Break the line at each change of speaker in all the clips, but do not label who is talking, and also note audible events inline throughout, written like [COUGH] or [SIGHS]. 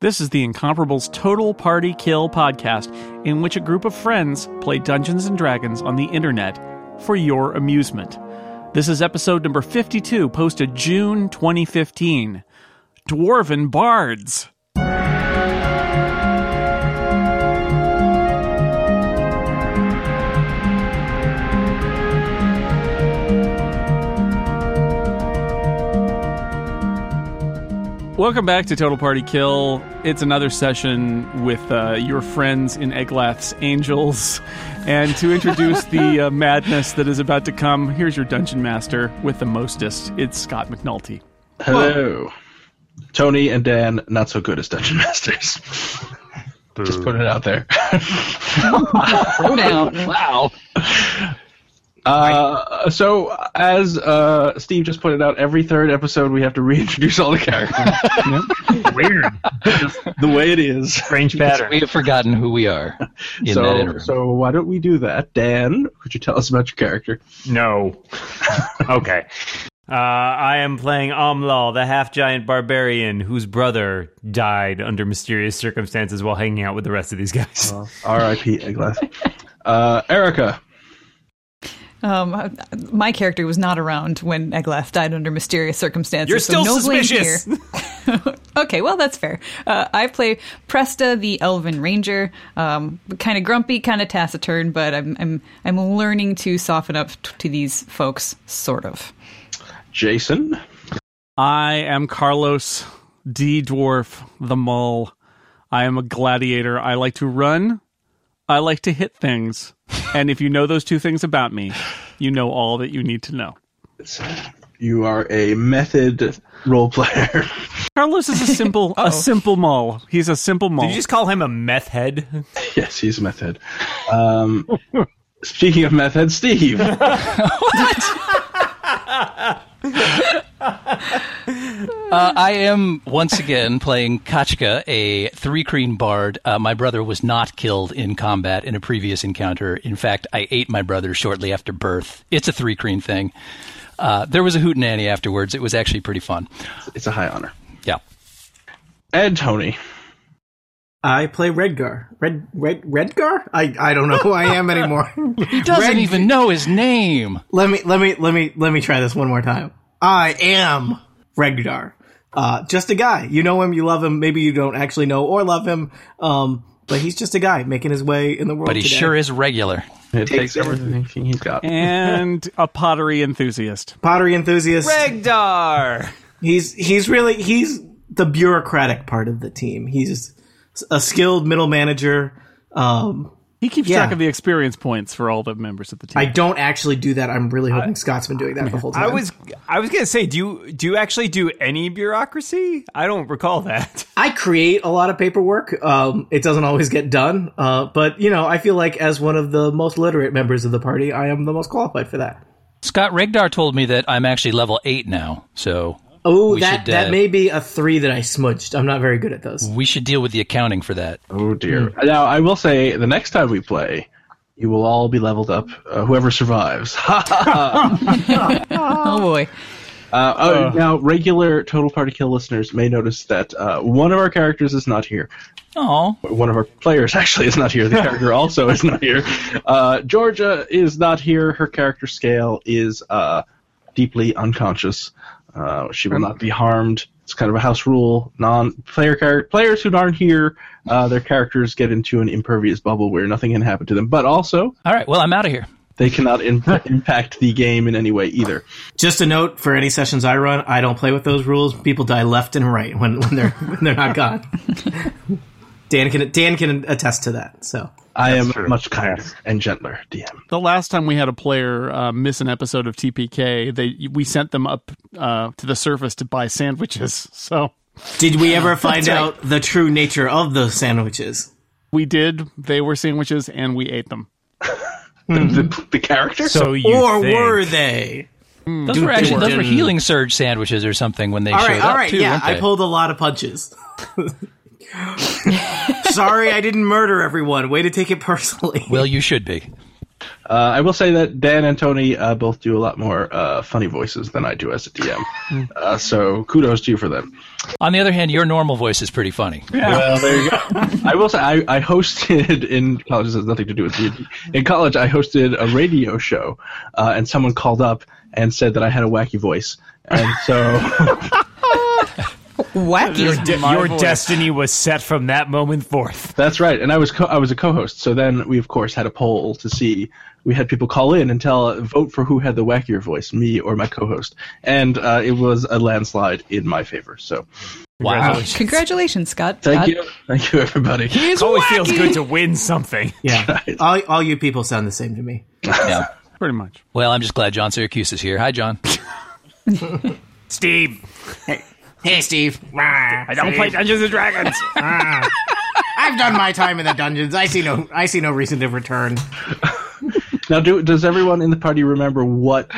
This is the Incomparables Total Party Kill podcast, in which a group of friends play Dungeons and Dragons on the internet for your amusement. This is episode number 52, posted June 2015. Dwarven Bards. Welcome back to Total Party Kill. It's another session with uh, your friends in Eglath's Angels. And to introduce the uh, madness that is about to come, here's your dungeon master with the mostest. It's Scott McNulty.
Hello. Tony and Dan, not so good as Dungeon [LAUGHS] Masters. Just put it out [LAUGHS] there.
down. Wow.
[LAUGHS] Uh, so, as uh, Steve just pointed out, every third episode we have to reintroduce all the characters.
Weird.
[LAUGHS]
[LAUGHS]
the way it is.
Strange pattern.
We have forgotten who we are in
[LAUGHS]
that
so,
interim.
so, why don't we do that? Dan, could you tell us about your character?
No. [LAUGHS] Okay.
Uh, I am playing Amlal, the half giant barbarian whose brother died under mysterious circumstances while hanging out with the rest of these guys.
R.I.P. [LAUGHS] Eglass. Uh, Erica.
Um, my character was not around when Eglath died under mysterious circumstances.
You're still
so no blame
suspicious.
here. [LAUGHS] okay, well that's fair. Uh, I play Presta, the Elven Ranger. Um, kind of grumpy, kind of taciturn, but I'm I'm I'm learning to soften up t- to these folks, sort of.
Jason.
I am Carlos D. Dwarf, the Mole. I am a gladiator. I like to run. I like to hit things. And if you know those two things about me, you know all that you need to know.
You are a method role player.
Carlos [LAUGHS] is a simple, a simple mole. He's a simple mole. [LAUGHS]
Did you just call him a meth head?
yes, he's a method. Um, speaking of method, Steve.
Uh, I am once again playing Kachka, a three crean bard. Uh, my brother was not killed in combat in a previous encounter. In fact, I ate my brother shortly after birth. It's a three crean thing. Uh, there was a hootenanny afterwards. It was actually pretty fun.
It's a high honor.
Yeah.
And Tony.
I play Redgar. Red Red Redgar? I, I don't know who I am anymore.
[LAUGHS] He doesn't even know his name.
let me let me let me let me try this one more time. I am Redgar. Uh, just a guy. You know him, you love him. Maybe you don't actually know or love him. Um, but he's just a guy making his way in the world.
But he
today.
sure is regular.
It takes everything he's got.
and a pottery enthusiast.
pottery enthusiast.
Regdar!
He's he's really he's the bureaucratic part of the team. He's a skilled middle manager. Um,
He keeps
Yeah.
track of the experience points for all the members of the team.
I don't actually do that. I'm really hoping Scott's been doing that the whole time.
I was I was gonna say, do you do you actually do any bureaucracy? I don't recall [LAUGHS] that.
I create a lot of paperwork. Um, it doesn't always get done, uh, but you know, I feel like as one of the most literate members of the party, I am the most qualified for that.
Scott Regdar told me that I'm actually level eight now, so
Oh,
We
that
should, uh,
that may be a three that I smudged. I'm not very good at those.
we should deal with the accounting for that.
Oh dear. Now I will say the next time we play, you will all be leveled up. Uh, whoever survives. [LAUGHS] Ha, ha, ha.
Oh boy,
uh, oh, now regular Total Party Kill listeners may notice that uh, one of our characters is not here.
Oh,
One of our players actually is not here. The character also is not here. Uh, Georgia is not here. Her character scale is uh, deeply unconscious. Uh, she will not be harmed. It's kind of a house rule. Non-player char- players who aren't here, uh, their characters get into an impervious bubble where nothing can happen to them. But also,
all right. Well, I'm out of here.
they cannot im- impact the game in any way either.
Just a note for any sessions I run, I don't play with those rules. People die left and right when, when they're [LAUGHS] when they're not gone. Dan can Dan can attest to that. So
I am much kinder and gentler, DM.
the last time we had a player uh, miss an episode of TPK, they we sent them up uh, to the surface to buy sandwiches. [LAUGHS] So
did we ever find out the true nature of those sandwiches?
we did. They were sandwiches, and we ate them.
The, the character?
So you
or
think.
were they?
Those were actually those were healing surge sandwiches or something when they
All
showed
right,
up
all right,
too.
yeah,
weren't
I
they?
pulled a lot of punches. Sorry, I didn't murder everyone. Way to take it personally.
Well, you should be.
Uh, I will say that Dan and Tony uh, both do a lot more uh, funny voices than I do as a DM. uh, so kudos to you for them.
On the other hand, your normal voice is pretty funny.
Well, there you go. I will say I, I hosted in college. This has nothing to do with D&D. In college, I hosted a radio show, uh, and someone called up and said that I had a wacky voice, and so
Wacky.
De- your
Marvelous.
destiny was set from that moment forth.
that's right. And I was co- I was a co-host. So then we of course had a poll to see. We had people call in and tell vote for who had the wackier voice, me or my co-host, and uh, it was a landslide in my favor. So
[LAUGHS] Wow.
Congratulations, Scott.
thank
Scott.
you, thank you everybody.
It always feels good to win something.
Yeah, all, all you people sound the same to me.
Yeah.
Pretty much.
Well, I'm just glad John Syracuse is here.
[LAUGHS]
Hi, John.
Steve,
Hey, Steve.
I don't play Dungeons and Dragons.
I've done my time in the dungeons. I see no, I see no reason to return.
Now, do, does everyone in the party remember what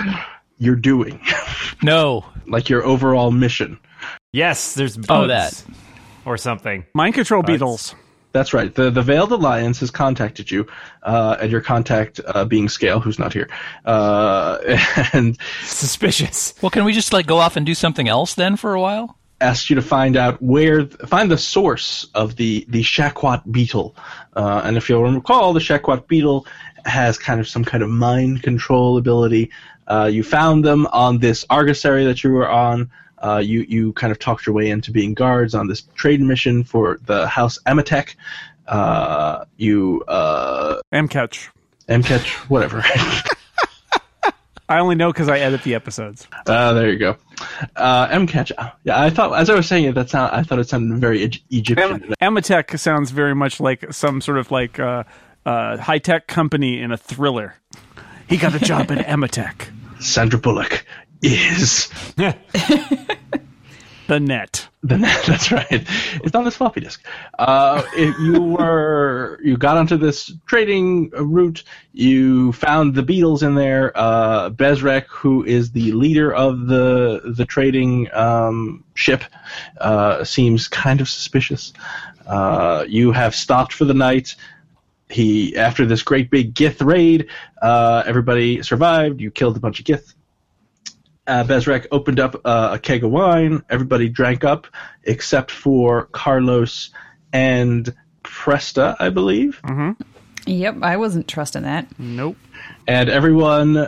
you're doing, [LAUGHS]
No.
like your overall mission?
yes, there's
Oh,
bugs
that.
or something. [LAUGHS]
Mind control beetles.
That's right. The the Veiled Alliance has contacted you, uh, and your contact uh, being Scale, who's not here. Uh, [LAUGHS] and
Suspicious.
Well, can we just like go off and do something else then for a while?
asked you to find out where find the source of the the Shaquat beetle. Uh, and if you'll recall, the Shaquat beetle has kind of some kind of mind control ability. Uh, you found them on this Argus area that you were on. Uh, you you kind of talked your way into being guards on this trade mission for the House Amatech. Uh, you uh,
M catch.
MCatch, whatever. [LAUGHS]
I only know because I edit the episodes.
Uh, there you go. Uh, MCatch. uh, Yeah, I thought as I was saying it, that sound I thought it sounded very Egy- Egyptian.
Amatech sounds very much like some sort of like uh, uh, high tech company in a thriller. He got a job at Amatech.
Sandra Bullock is
The net.
the [LAUGHS] That's right. It's on this floppy disk. Uh, if you were you got onto this trading route. You found the beetles in there. Uh, Bezrek, who is the leader of the the trading um, ship, uh, seems kind of suspicious. Uh, you have stopped for the night. He after this great big Gith raid, uh, everybody survived. You killed a bunch of Gith uh, Bezrek opened up uh, a keg of wine. Everybody drank up, except for Carlos and Presta, I believe.
Yep, I wasn't trusting that.
Nope.
And everyone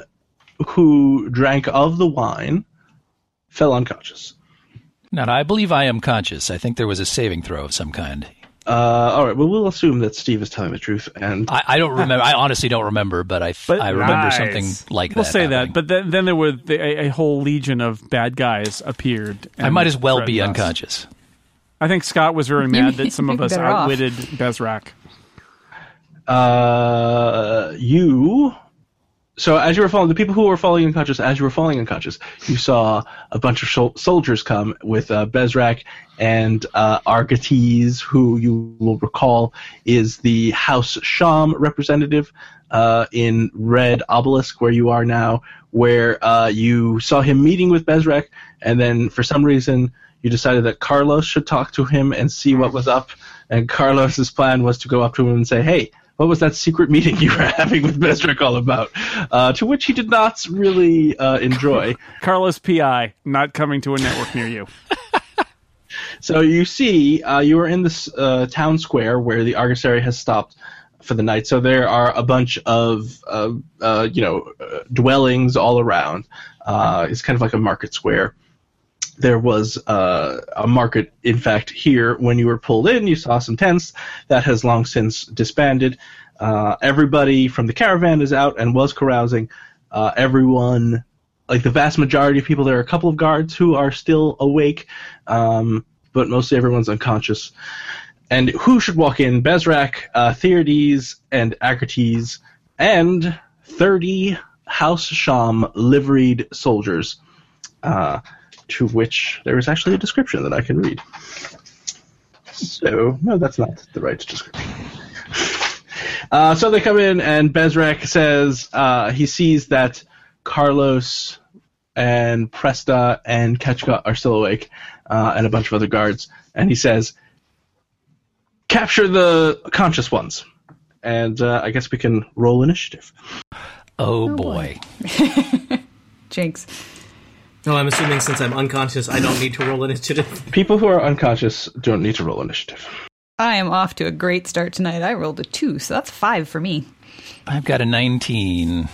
who drank of the wine fell unconscious.
No, no, I believe I am conscious. I think there was a saving throw of some kind.
Uh, all right. Well, we'll assume that Steve is telling the truth. And
I, I don't remember. I honestly don't remember, but I,
But-
I remember
Nice.
something like
We'll
that.
say
happening.
that, but then, then there were the, a, a whole legion of bad guys appeared.
I
and
might as well be
threatened us.
unconscious.
I think Scott was
[LAUGHS]
very mad that some of us
Better off.
outwitted Bezrak.
uh, you. So as you were falling, the people who were falling unconscious, as you were falling unconscious, you saw a bunch of shol- soldiers come with uh, Bezrak and uh, Argetes, who you will recall is the House Sham representative uh, in Red Obelisk, where you are now, where uh, you saw him meeting with Bezrak, and then for some reason you decided that Carlos should talk to him and see what was up. And Carlos's plan was to go up to him and say, "Hey." what was that secret meeting you were [LAUGHS] having with Bezrick all about? Uh, to which he did not really uh, enjoy.
Carlos Pi not coming to a network near you.
so you see, uh, you are in this uh, town square where the Argosary has stopped for the night. So there are a bunch of, uh, uh, you know, uh, dwellings all around. Uh, it's kind of like a market square. there was uh, a market, in fact, here when you were pulled in. You saw some tents that has long since disbanded. Uh, everybody from the caravan is out and was carousing. Uh, everyone, like the vast majority of people, there are a couple of guards who are still awake, um, but mostly everyone's unconscious. And who should walk in? Bezrak, uh, Theodes, and Akrates, and 30 House Sham liveried soldiers uh, to which there is actually a description that I can read. So, no, that's not the right description. [LAUGHS] Uh, so they come in, and Bezrek says uh, he sees that Carlos and Presta and Ketchka are still awake, uh, and a bunch of other guards, and he says, Capture the conscious ones. And uh, I guess we can roll initiative.
Oh, boy.
Jinx.
No, I'm assuming since I'm unconscious, I don't need to roll initiative.
People who are unconscious don't need to roll initiative.
I am off to a great start tonight. I rolled a two, so that's five for me.
I've got a 19.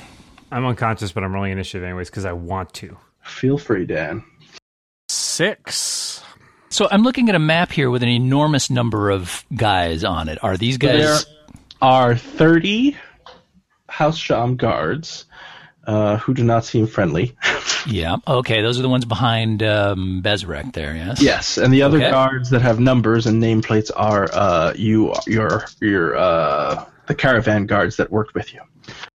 I'm unconscious, but I'm rolling initiative anyways because I want to.
Feel free, Dan.
Six.
So I'm looking at a map here with an enormous number of guys on it. Are these guys.
There are 30 House Sham guards uh, who do not seem friendly. [LAUGHS]
Yeah. Okay. Those are the ones behind um, Bezrek there, yes?
Yes, and the other
Okay.
guards that have numbers and nameplates are uh, you, your, your, uh, the caravan guards that worked with you.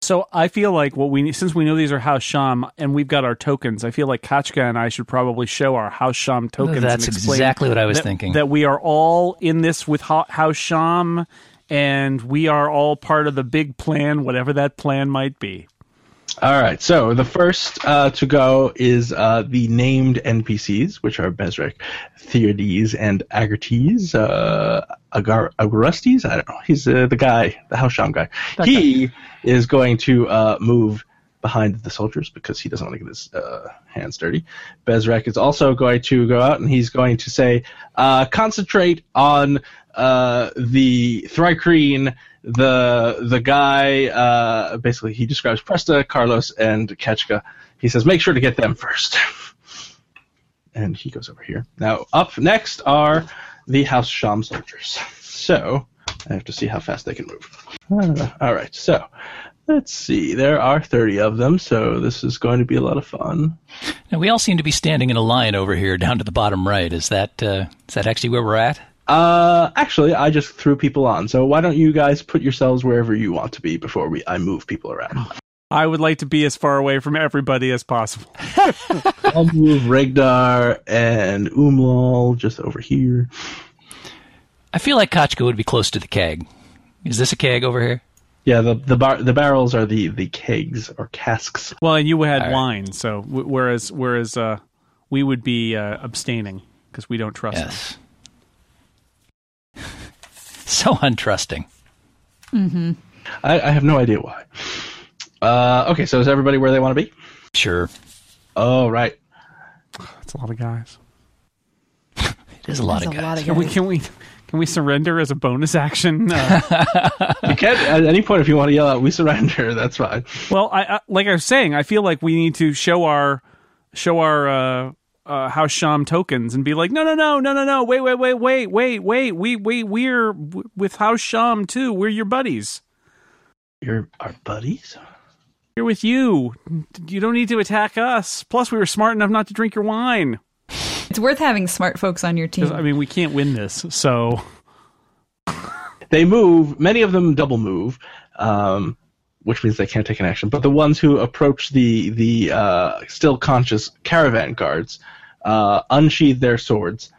So I feel like what we need, since we know these are House Sham and we've got our tokens, I feel like Kachka and I should probably show our House Sham tokens.
That's
and explain
exactly what I was
that-
thinking.
That we are all in this with Ho- House Sham and we are all part of the big plan, whatever that plan might be.
All right, so the first uh, to go is uh, the named NPCs, which are Bezrek, Theodes, and Agartes. Uh, Agar- Agarustes? I don't know. He's uh, the guy, the House Sham guy. he is going to uh, move behind the soldiers because he doesn't want to get his uh, hands dirty. Bezrek is also going to go out and he's going to say, uh, concentrate on uh, the Thrycreen, the the guy. Uh, basically, he describes Presta, Carlos, and Ketchka. He says, make sure to get them [LAUGHS] first. And he goes over here. Now, up next are the House Sham soldiers. So, I have to see how fast they can move. [SIGHS] Uh, all right, so let's see. There are 30 of them, so this is going to be a lot of fun.
Now, we all seem to be standing in a line over here down to the bottom right. Is that uh, is that actually where we're at?
Uh, actually, I just threw people on, so why don't you guys put yourselves wherever you want to be before we I move people around?
I would like to be as far away from everybody as possible. [LAUGHS]
I'll move Regdar and Umlal just over here.
I feel like Kochka would be close to the keg. Is this a keg over here?
Yeah, the the bar the barrels are the the kegs or casks.
Well, and you had
All right.
wine, so w- whereas whereas uh, we would be uh, abstaining because we don't trust. them.
Yes. [LAUGHS] so untrusting.
I, I have no idea why. Uh, okay, so is everybody where they want to be?
Sure.
Oh, right.
That's a lot of guys.
It is a lot
There's
of guys. [LAUGHS]
Can we can we can we surrender as a bonus [LAUGHS] action? Uh,
You can at any point if you want to yell out, "We surrender." That's fine.
well, I, I like I was saying, I feel like we need to show our show our uh, uh, house sham tokens and be like, no, no, no, no, no, no, wait, wait, wait, wait, wait, wait, we we we're w- with house sham too. We're your buddies.
You're our buddies.
We're with you. You don't need to attack us. Plus, we were smart enough not to drink your wine.
It's worth having smart folks on your
'Cause,
team.
I mean, we can't win this, so.
They move. Many of them double move, um, which means they can't take an action. But the ones who approach the the uh, still conscious caravan guards uh, unsheathe their swords,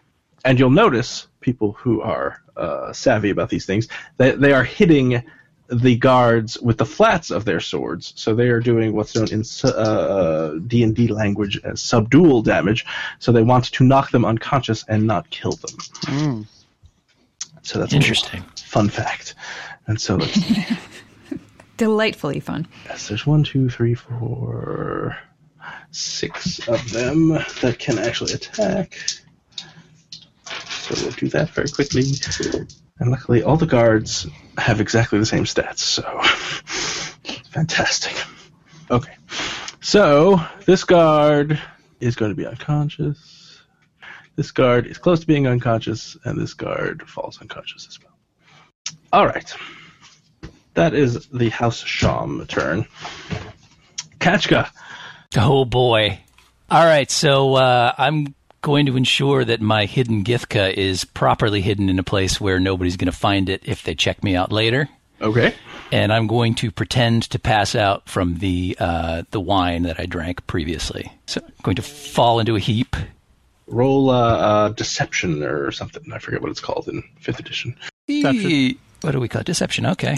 and you'll notice people who are uh, savvy about these things they, they are hitting the guards with the flats of their swords. So they are doing what's known in D and D language as subdual damage. So they want to knock them unconscious and not kill them. So that's a little
Interesting.
Fun fact. And so let's
Delightfully fun.
Yes, there's one, two, three, four, six of them that can actually attack. So we'll do that very quickly. And luckily, all the guards have exactly the same stats, so [LAUGHS] fantastic. Okay, so this guard is going to be unconscious. This guard is close to being unconscious, and this guard falls unconscious as well. All right. That is the House Sham turn. Kachka.
Oh boy. All right, so uh, I'm going to ensure that my hidden Githka is properly hidden in a place where nobody's going to find it if they check me out later.
Okay.
And I'm going to pretend to pass out from the uh, the wine that I drank previously. So I'm going to fall into a heap.
Roll uh, uh, deception or something. I forget what it's called in fifth edition.
Deception. What do we call it? Deception. Okay.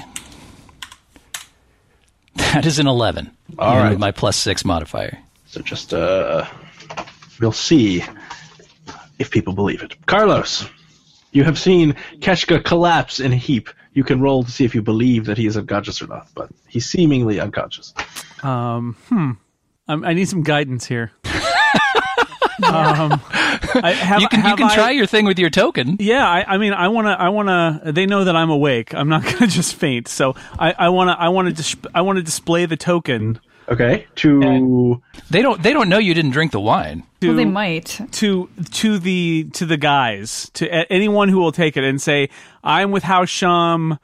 That is an 11.
All
even
right.
With my plus six modifier.
So just uh, we'll see if people believe it. Carlos. You have seen Keshka collapse in a heap. You can roll to see if you believe that he is unconscious or not, but he's seemingly unconscious.
Um, I need some guidance here. [LAUGHS] um, I, have,
you can you
have
can
I-
try your thing with your token.
Yeah, I, I mean, I wanna, I wanna. They know that I'm awake. I'm not [LAUGHS] gonna just faint. So I, I wanna, I wanna, dis- I wanna display the token
Okay. To
They don't they don't know you didn't drink the wine.
to
Well, they might.
to to the to the guys to a- anyone who will take it and say, "I'm with House Shum.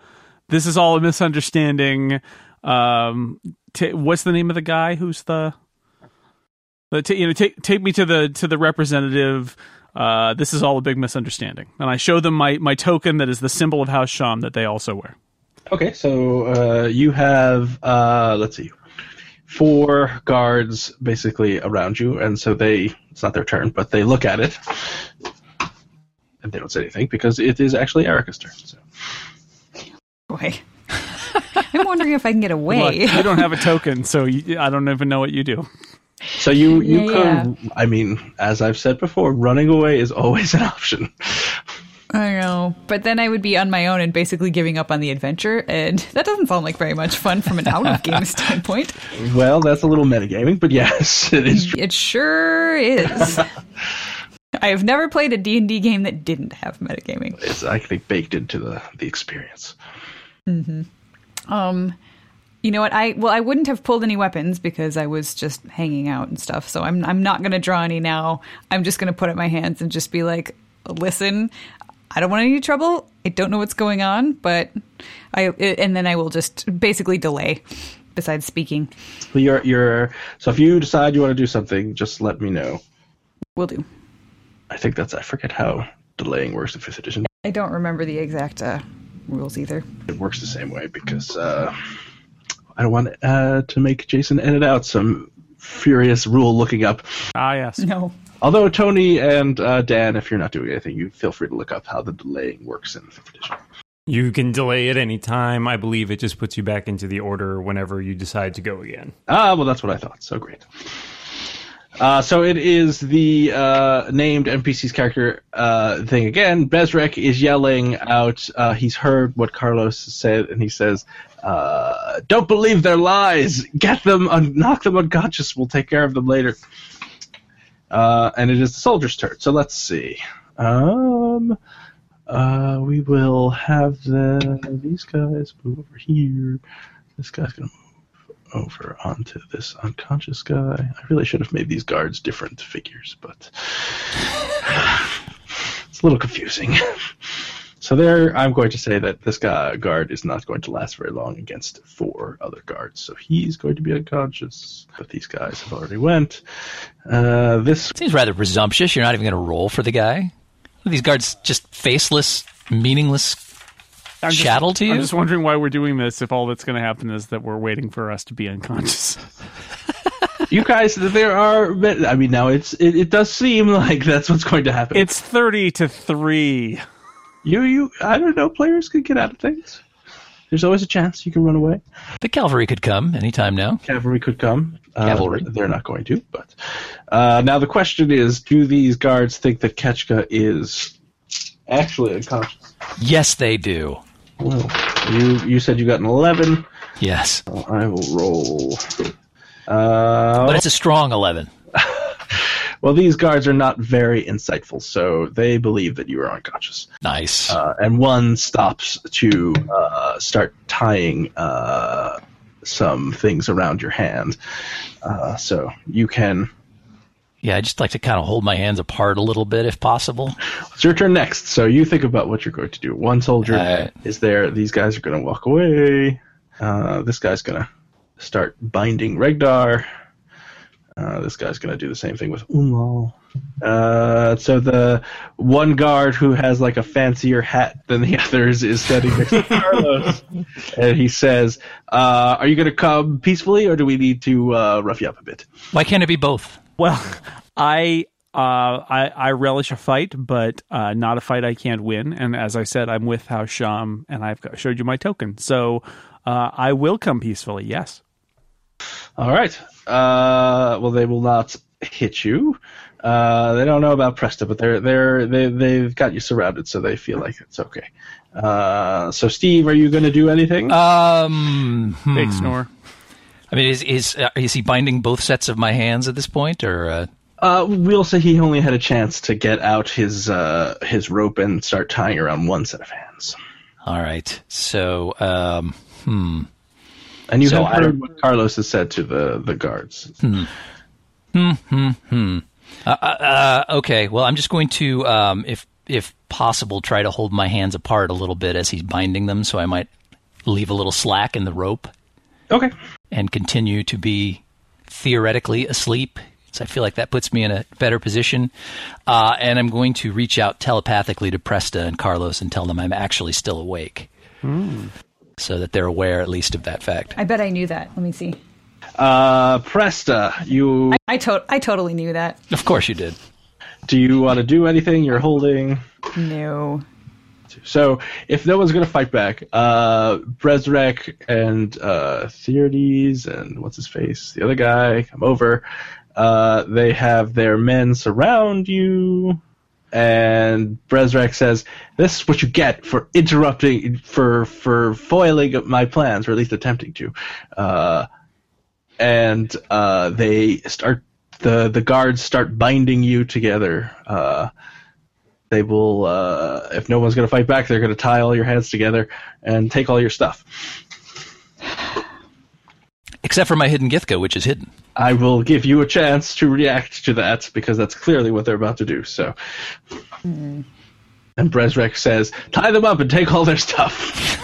This is all a misunderstanding." Um, ta what's the name of the guy? Who's the the ta you know take take me to the to the representative. Uh, this is all a big misunderstanding, and I show them my my token that is the symbol of House Shum that they also wear.
Okay, so uh, you have uh, let's see, four guards basically around you, and so they it's not their turn, but they look at it, and they don't say anything because it is actually Erica's turn. So.
Boy. [LAUGHS] I'm wondering if I can get
Look,
away.
you don't [LAUGHS] have a token, so you, I don't even know what you do.
So you you
Yeah.
could I mean, as I've said before, running away is always [LAUGHS] an option.
[LAUGHS] I know. But then I would be on my own and basically giving up on the adventure, and [LAUGHS] that doesn't sound like very much fun from an out of game standpoint.
Well, that's a little metagaming, but yes, [LAUGHS] it is. True.
It sure is. I have never played a D&D game that didn't have metagaming.
It's I think baked into the the experience.
Um, you know what? I well, I wouldn't have pulled any weapons because I was just hanging out and stuff. So I'm I'm not gonna draw any now. I'm just gonna put up my hands and just be like, listen, I don't want any trouble. I don't know what's going on, but I and then I will just basically delay. Besides speaking,
But you're you're so if you decide you want to do something, just let me know.
will do.
I think that's I forget how delaying works in fifth edition.
I don't remember the exact uh, rules either.
It works the same way because uh, I don't want uh, to make Jason edit out some furious rule looking up.
Ah, yes.
No.
Although Tony and uh, Dan, if you're not doing anything, you feel free to look up how the delaying works in fifth edition.
You can delay at any time. I believe it just puts you back into the order whenever you decide to go again.
Ah, well, that's what I thought. So great. Uh, so it is the uh, named NPC's character uh, thing again. Bezrek is yelling out. Uh, he's heard what Carlos said, and he says, uh, "Don't believe their lies. Get them, un- knock them unconscious. We'll take care of them later." Uh, and it is the soldier's turn. So let's see. Um, uh, we will have the these guys move over here. This guy's gonna over onto this unconscious guy. I really should have made these guards different figures, but [SIGHS] it's a little confusing. so there, I'm going to say that this guy guard is not going to last very long against four other guards. So he's going to be unconscious, but these guys have already went. Uh, this
Seems rather presumptuous. You're not even going to roll for the guy. Are these guards just faceless, meaningless
I'm just-
chattel to you.
I'm just wondering why we're doing this if all that's going to happen is that we're waiting for us to be unconscious.
you guys, there are. I mean, now it's it, it does seem like that's what's going to
[LAUGHS]
happen.
It's 30 to 3.
you you. I don't know. Players can get out of things. There's always a chance you can run away.
the cavalry could come anytime now.
cavalry could come. Uh,
Cavalry.
They're not going to, but uh, now the question is: Do these guards think that Ketchka is actually unconscious?
Yes, they do.
Well, you you said you got an eleven.
Yes,
I will roll. Uh,
but it's a strong eleven.
well, these guards are not very insightful, so they believe that you are unconscious.
Nice.
Uh, and one stops to uh, start tying uh, some things around your hand, uh, so you can.
yeah, I just like to kind of hold my hands apart a little bit if possible.
It's your turn next, so you think about what you're going to do. One soldier
Alright.
is there. These guys are going to walk away. Uh, this guy's going to start binding Regdar. Uh, this guy's going to do the same thing with Umal. Uh, so the one guard who has like a fancier hat than the [LAUGHS] others is standing next to Carlos, and he says, uh, "Are you going to come peacefully, or do we need to uh, rough you up a bit?"
Why can't it be both?
Well, [LAUGHS] I uh, I, I relish a fight, but uh, not a fight I can't win. And as I said, I'm with House Sham, and I've got, showed you my token, so uh, I will come peacefully. Yes.
All right. Uh, well, they will not hit you. Uh, they don't know about Presta, but they're they're they they've got you surrounded, so they feel like it's okay. Uh, so Steve, are you going to do anything?
Uh, Um, hmm.
Big snore.
I mean, is is uh, is he binding both sets of my hands at this point, or uh,
Uh, we'll say he only had a chance to get out his uh, his rope and start tying around one set of hands.
all right? So, um,
And you
So
have
I- Hmm.
heard what Carlos has said to the the guards.
uh, okay. Well, I'm just going to, um, if if possible, try to hold my hands apart a little bit as he's binding them, so I might leave a little slack in the rope
Okay.
and continue to be theoretically asleep. So I feel like that puts me in a better position. Uh, and I'm going to reach out telepathically to Presta and Carlos and tell them I'm actually still awake. So that they're aware at least of that fact.
I bet I knew that. Let me see.
Uh, Presta, you
I to- I totally knew that.
Of course you did.
do you want to do anything? You're holding.
No.
So if no one's going to fight back, uh, Brezrek and uh, Theodes and what's his face, the other guy, come over. Uh, they have their men surround you, and Brezrek says, "This is what you get for interrupting, for for foiling my plans, or at least attempting to." Uh, and uh, they start the the guards start binding you together. Uh, they will uh, if no one's going to fight back they're going to tie all your hands together and take all your stuff
Except for my hidden Githka, which is hidden.
i will give you a chance to react to that because that's clearly what they're about to do so and brezrek says tie them up and take all their stuff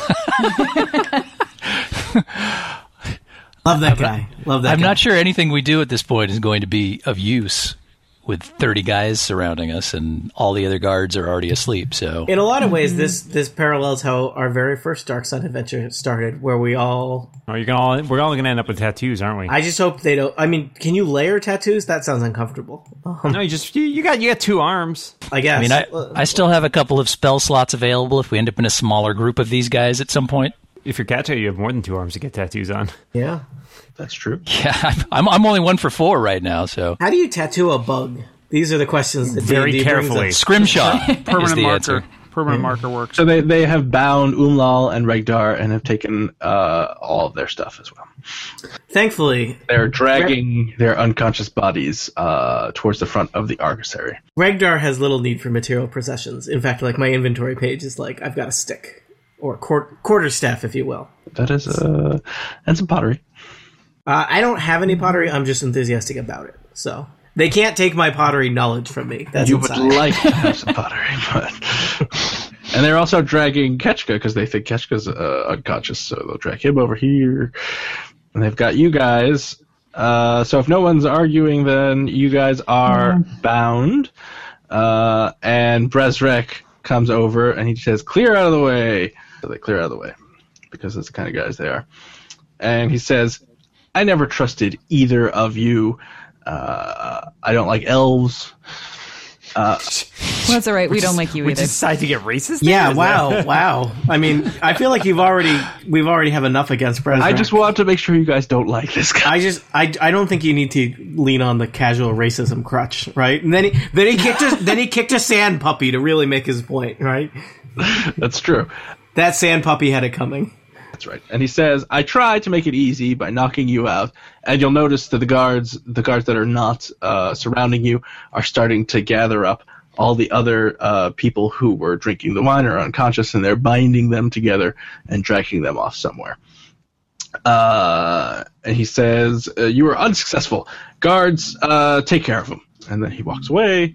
Love that guy. Love that
I'm
guy.
not sure anything we do at this point is going to be of use with 30 guys surrounding us and all the other guards are already asleep. So
In a lot of ways, this this parallels how our very first Dark Sun adventure started, where we all.
Oh, you're gonna all, we're all going to end up with tattoos, aren't we?
I just hope they don't. I mean, can you layer tattoos? That sounds uncomfortable. Um,
no, you just you, you got you got two arms.
I guess.
I mean, I, I still have a couple of spell slots available if we end up in a smaller group of these guys at some point. [LAUGHS]
If you're Kato, you have more than two arms to get tattoos [LAUGHS] on.
yeah.
that's true
Yeah, I'm- I'm, I'm only one for four right now, so.
How do you tattoo a bug? These are the questions that
Very
D&D brings
carefully.
us.
Scrimshaw is
Permanent
the
marker.
answer.
Permanent marker works.
so they, they have bound umlal and regdar and have taken uh, all of their stuff as well
Thankfully,
they're dragging their unconscious bodies uh, towards the front of the argosary
Regdar has little need for material possessions. In fact, like my inventory page is like I've got a stick or quarter quarterstaff, if you will.
that is uh, and some pottery
Uh, I don't have any pottery. I'm just enthusiastic about it. So they can't take my pottery knowledge from me. That's
you
inside.
would like to have
[LAUGHS]
some pottery, but [LAUGHS] and they're also dragging Ketchka because they think Ketchka's uh, unconscious, so they'll drag him over here. And they've got you guys. Uh, so if no one's arguing, then you guys are
Mm-hmm.
bound. Uh, and Brezrek comes over and he says, "Clear out of the way." So they clear out of the way because that's the kind of guys they are. And he says, "I never trusted either of you. Uh, I don't like elves."
Well, that's all right. We don't like you
We
either.
just decide to get racist.
Yeah.
now?
Wow. wow. I mean, I feel like you've already we've already have enough against Brezra.
I just want to make sure you guys don't like this guy.
I just I, I don't think you need to lean on the casual racism crutch, right? And then he then he kicked a then he kicked a sand puppy to really make his point, right?
[LAUGHS] That's true.
That sand puppy had it coming.
That's right. And he says, "I tried to make it easy by knocking you out, and you'll notice that the guards, the guards that are not uh, surrounding you, are starting to gather up. All the other uh, people who were drinking the wine are unconscious, and they're binding them together and dragging them off somewhere." Uh, and he says, uh, "You were unsuccessful. Guards, uh, take care of them." And then he walks away.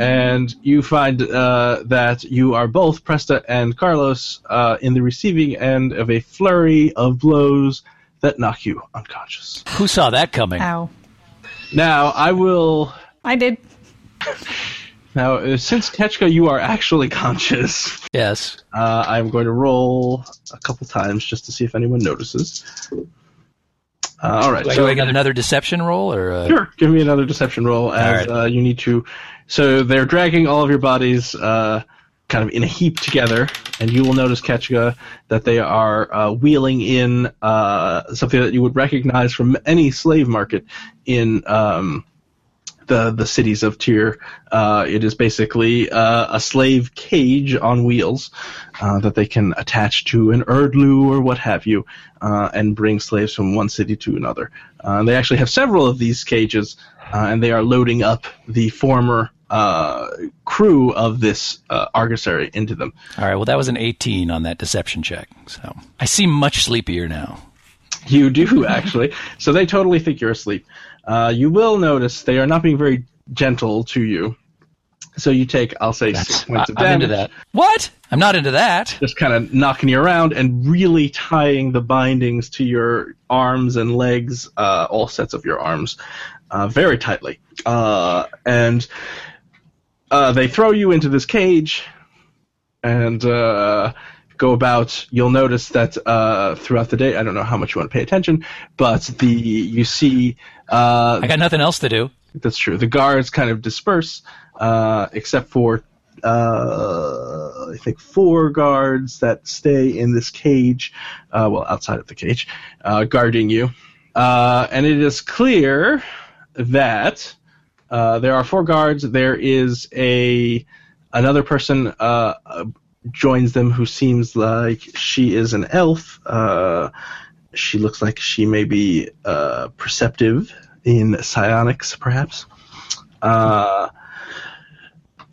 and you find uh, that you are both Presta and Carlos uh, in the receiving end of a flurry of blows that knock you unconscious.
Who saw that coming?
Ow.
Now, I will.
I did.
Now, uh, since Ketchka, you are actually conscious, [LAUGHS]
Yes.
uh, I'm going to roll a couple times just to see if anyone notices. Uh, all right.
Do I get another deception roll? or uh,
Sure. Give me another deception roll as
All right.
uh, you need to. So they're dragging all of your bodies uh, kind of in a heap together, and you will notice, Ketchka, that they are uh, wheeling in uh, something that you would recognize from any slave market in um, the the cities of Tyr. Uh, it is basically uh, a slave cage on wheels uh, that they can attach to an erdlu or what have you, uh, and bring slaves from one city to another. Uh, they actually have several of these cages, uh, and they are loading up the former uh, crew of this uh, argosary into them.
All right. Well, that was an 18 on that deception check. So I seem much sleepier now.
You do [LAUGHS] actually. so they totally think you're asleep. Uh, you will notice they are not being very gentle to you. So you take, I'll say, six points of
I'm
damage.
into that. What? I'm not into that.
Just kind of knocking you around and really tying the bindings to your arms and legs, uh, all sets of your arms, uh, very tightly. Uh, and uh, they throw you into this cage and uh, go about. You'll notice that uh, throughout the day, I don't know how much you want to pay attention, but the you see uh,
I got nothing else to do.
that's true. The guards kind of disperse, uh, except for uh, I think four guards that stay in this cage, uh, well, outside of the cage, uh, guarding you. Uh, and it is clear that uh, there are four guards. There is a another person uh, uh, joins them who seems like she is an elf. Uh, she looks like she may be uh, perceptive in psionics, perhaps. Uh,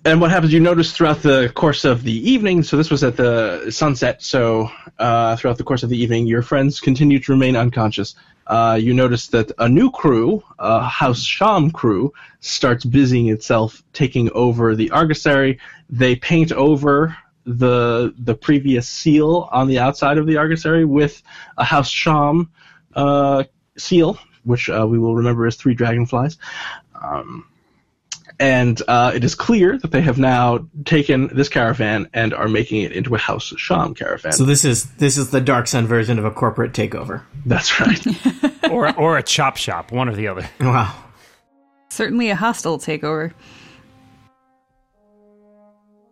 and what happens? You notice throughout the course of the evening. So this was at the sunset. So uh, throughout the course of the evening, your friends continue to remain unconscious. Uh, you notice that a new crew, a House Sham crew, starts busying itself taking over the Argosary. They paint over the the previous seal on the outside of the Argosary with a House Sham uh, seal, which uh, we will remember as three dragonflies Um, and uh, it is clear that they have now taken this caravan and are making it into a House Sham caravan.
So this is this is the Dark Sun version of a corporate takeover.
That's right.
or or a chop shop, one or the other.
Wow.
Certainly a hostile takeover.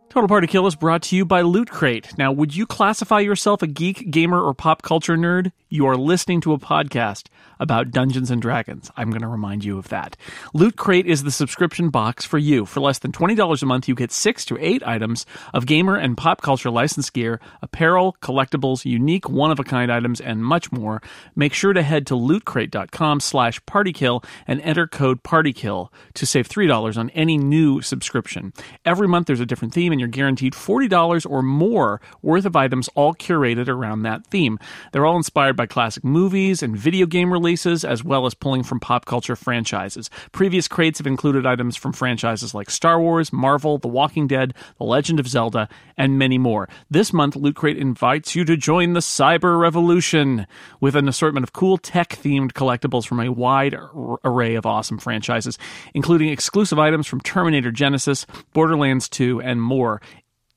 Total Party Kill is brought to you by Loot Crate. Now, would you classify yourself a geek, gamer, or pop culture nerd? You are listening to a podcast about Dungeons and Dragons. I'm going to remind you of that. Loot Crate is the subscription box for you. For less than $20 a month, you get six to eight items of gamer and pop culture licensed gear, apparel, collectibles, unique one of a kind items, and much more. Make sure to head to lootcrate.com slash partykill and enter code partykill to save $3 on any new subscription. Every month there's a different theme, and you're guaranteed $40 or more worth of items, all curated around that theme. They're all inspired by classic movies and video game releases, as well as pulling from pop culture franchises. Previous crates have included items from franchises like Star Wars, Marvel, The Walking Dead, The Legend of Zelda, and many more. This month, Loot Crate invites you to join the cyber revolution with an assortment of cool tech themed collectibles from a wide ar- array of awesome franchises, including exclusive items from Terminator Genesis, Borderlands 2, and more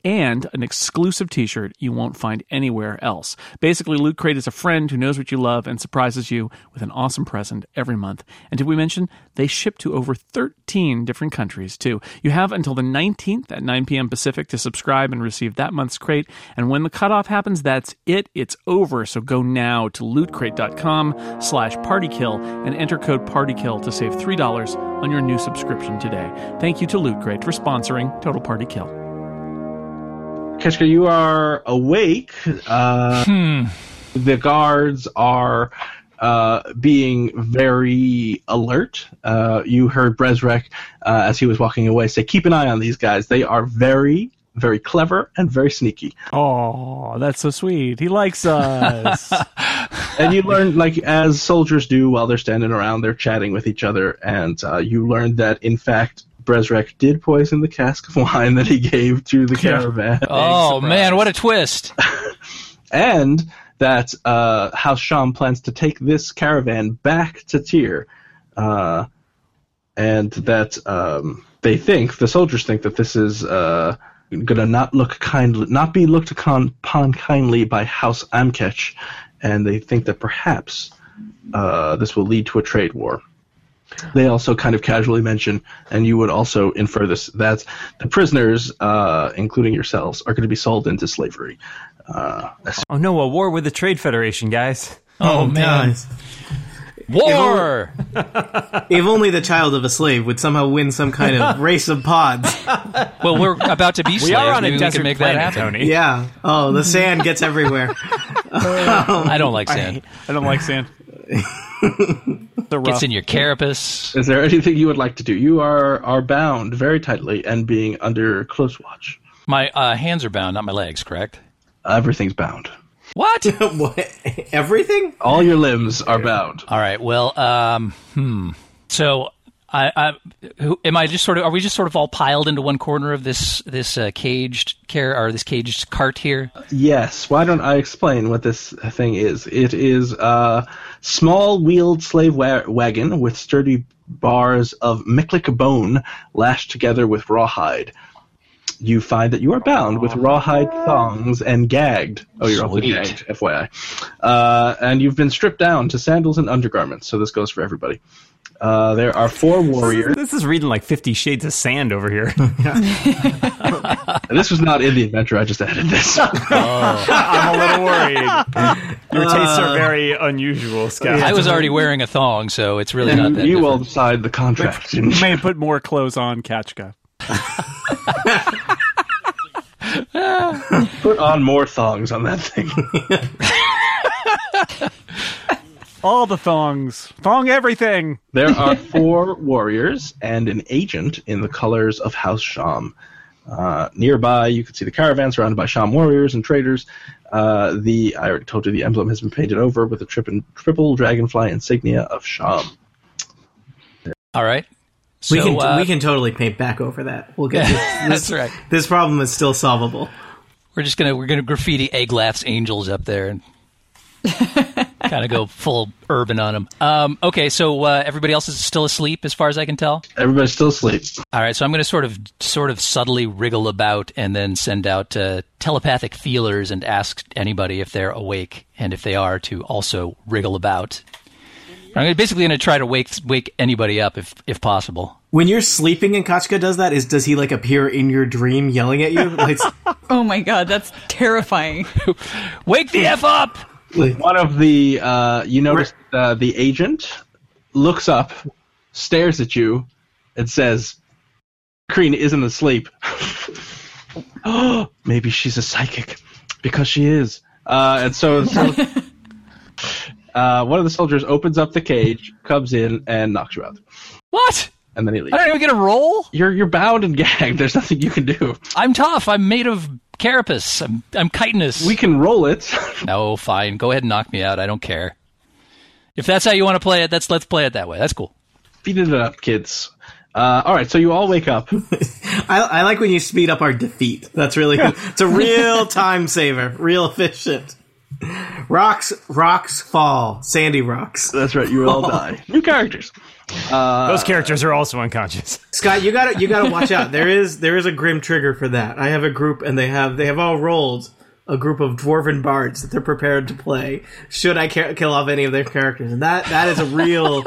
and an exclusive t-shirt you won't find anywhere else. Basically, Loot Crate is a friend who knows what you love and surprises you with an awesome present every month. And did we mention they ship to over 13 different countries too? You have until the 19th at 9 p.m. Pacific to subscribe and receive that month's crate. And when the cutoff happens, that's it. It's over. So go now to lootcrate.com slash partykill and enter code partykill to save $3 on your new subscription today. Thank you to Loot Crate for sponsoring Total Party Kill.
Keshka, you are awake. Uh,
Hmm.
The guards are uh, being very alert. Uh, you heard Brezrek uh, as he was walking away say, "Keep an eye on these guys. They are very, very clever and very sneaky."
Oh, that's so sweet. He likes us.
[LAUGHS]
[LAUGHS]
and you learn like as soldiers do while they're standing around they're chatting with each other and uh, you learn that in fact Brezrek did poison the cask of wine that he gave to the caravan
Oh, man. What a twist.
and that uh, House Sham plans to take this caravan back to Tyr uh, and that um, they think the soldiers think that this is uh, gonna not look kindly not be looked upon upon kindly by House Amkech and they think that perhaps uh, this will lead to a trade war. They also kind of casually mention, and you would also infer this, that the prisoners, uh, including yourselves, are going to be sold into slavery. Uh, as
Oh no, a war with the Trade Federation, guys.
Oh, man.
War!
If only the child of a slave would somehow win some kind [LAUGHS] of race of pods.
well, we're about to be slaves.
We are on
Maybe
a
we can
desert
make
planet,
that happen.
Tony.
Yeah. Oh, the sand gets everywhere.
I don't like sand.
I don't like sand. the rough.
It's in your carapace.
Is there anything you would like to do? You are are bound very tightly and being under close watch.
My uh, hands are bound, not my legs. Correct?
Everything's bound.
What?
[LAUGHS] What? Everything?
All your limbs are bound.
All right. Well, um, hmm. So, I, I, who, am I just sort of? Are we just sort of all piled into one corner of this this uh, caged care or this caged cart here?
Yes. Why don't I explain what this thing is? It is a small wheeled slave wa- wagon with sturdy bars of Miklik bone lashed together with rawhide. You find that you are bound with rawhide thongs and gagged. Oh, you're also
Sweet.
gagged, FYI. Uh, and you've been stripped down to sandals and undergarments, so this goes for everybody. Uh, there are four warriors.
This is reading like Fifty Shades of Sand over [LAUGHS] here.
this was not in the adventure, I just added this.
I'm a little worried. [LAUGHS] Uh, Your tastes are very unusual, Scott.
I was already wearing a thong, so it's really not
you
that.
you
different.
all decide the contract. in-
You may put more clothes on, Kachka.
[LAUGHS] Put on more thongs on that thing.
[LAUGHS] All the thongs, thong everything.
There
[LAUGHS]
are four warriors and an agent in the colors of House Sham. Uh, nearby, you can see the caravan surrounded by Sham warriors and traders. Uh, the I already told you the emblem has been painted over with a trip and, triple dragonfly insignia of Sham.
All right. So,
we can
uh,
we can totally paint back over that.
[LAUGHS]
We'll get this,
That's right.
this problem is still solvable.
We're just gonna we're gonna graffiti Eglaff's angels up there and kind of go full urban on them. Um, okay, so uh, everybody else is still asleep, as far as I can tell.
Everybody's still asleep.
All right, so I'm gonna sort of sort of subtly wriggle about and then send out uh, telepathic feelers and ask anybody if they're awake and if they are to also wriggle about. I'm gonna- basically gonna try to wake wake anybody up if if possible.
When you're sleeping and Kachka does that, is does he like appear in your dream yelling at you? Like,
Oh my god, that's terrifying.
Wake the f up!
One of the uh, you notice uh, the agent looks up, stares at you, and says, "Kreen isn't asleep. [GASPS] Maybe she's a psychic, because she is." Uh, and so, so uh, one of the soldiers opens up the cage, comes in, and knocks you out,
What?
and then he
I
leaves.
don't even get a roll.
You're you're bound and gagged. [LAUGHS] There's nothing you can do.
I'm tough. I'm made of carapace. I'm, I'm chitinous.
We can roll it. [LAUGHS]
No, fine. Go ahead and knock me out. I don't care. If that's how you want to play it, that's let's play it that way. That's cool.
Beat it up, kids. Uh, all right, so you all wake up.
I, I like when you speed up our defeat. That's really it's a real time saver, real efficient. Rocks rocks fall, sandy rocks.
That's right. You all die. [LAUGHS] New characters.
Those characters are also unconscious.
Scott, you gotta you gotta watch out. There is there is a grim trigger for that. I have a group and they have they have all rolled a group of dwarven bards that they're prepared to play. Should I ca- kill off any of their characters? And that that is a real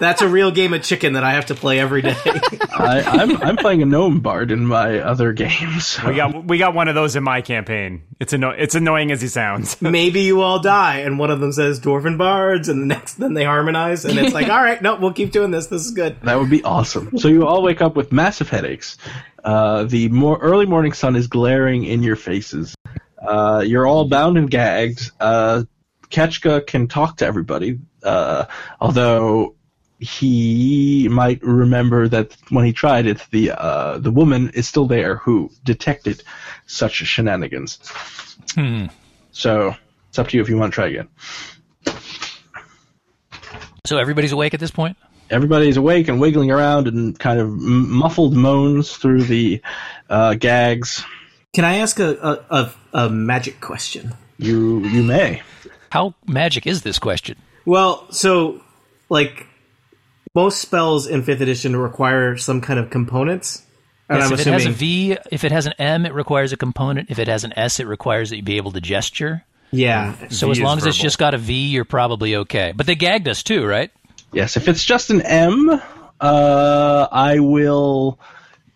that's a real game of chicken that I have to play every day.
I, I'm I'm playing a gnome bard in my other [LAUGHS] games.
We got we got one of those in my campaign. It's anno- it's annoying as
[LAUGHS]
he sounds.
Maybe you all die, and one of them says dwarven bards, and the next then they harmonize,
[LAUGHS]
and it's like all right, no, we'll keep doing this. This is good.
That would be awesome. So you all wake up with massive headaches. Uh, the more early morning sun is glaring in your faces. Uh, you're all bound and gagged. Uh, Ketchka can talk to everybody, uh, although he might remember that when he tried it, the uh, the woman is still there who detected such shenanigans. So it's up to you if you want to try again.
So everybody's awake at this point.
everybody's awake and wiggling around and kind of m- muffled moans through the uh, gags.
Can I ask a a, a a magic question?
You you may.
How magic is this question?
Well, so like most spells in fifth edition require some kind of components, and
Yes,
I'm
if
assuming
it has a V, if it has an M, it requires a component. If it has an S, it requires that you be able to gesture.
yeah.
So as
is
long as it's
verbal.
just got a V, you're probably okay. But they gagged us too, right?
Yes, if it's just an M, uh, I will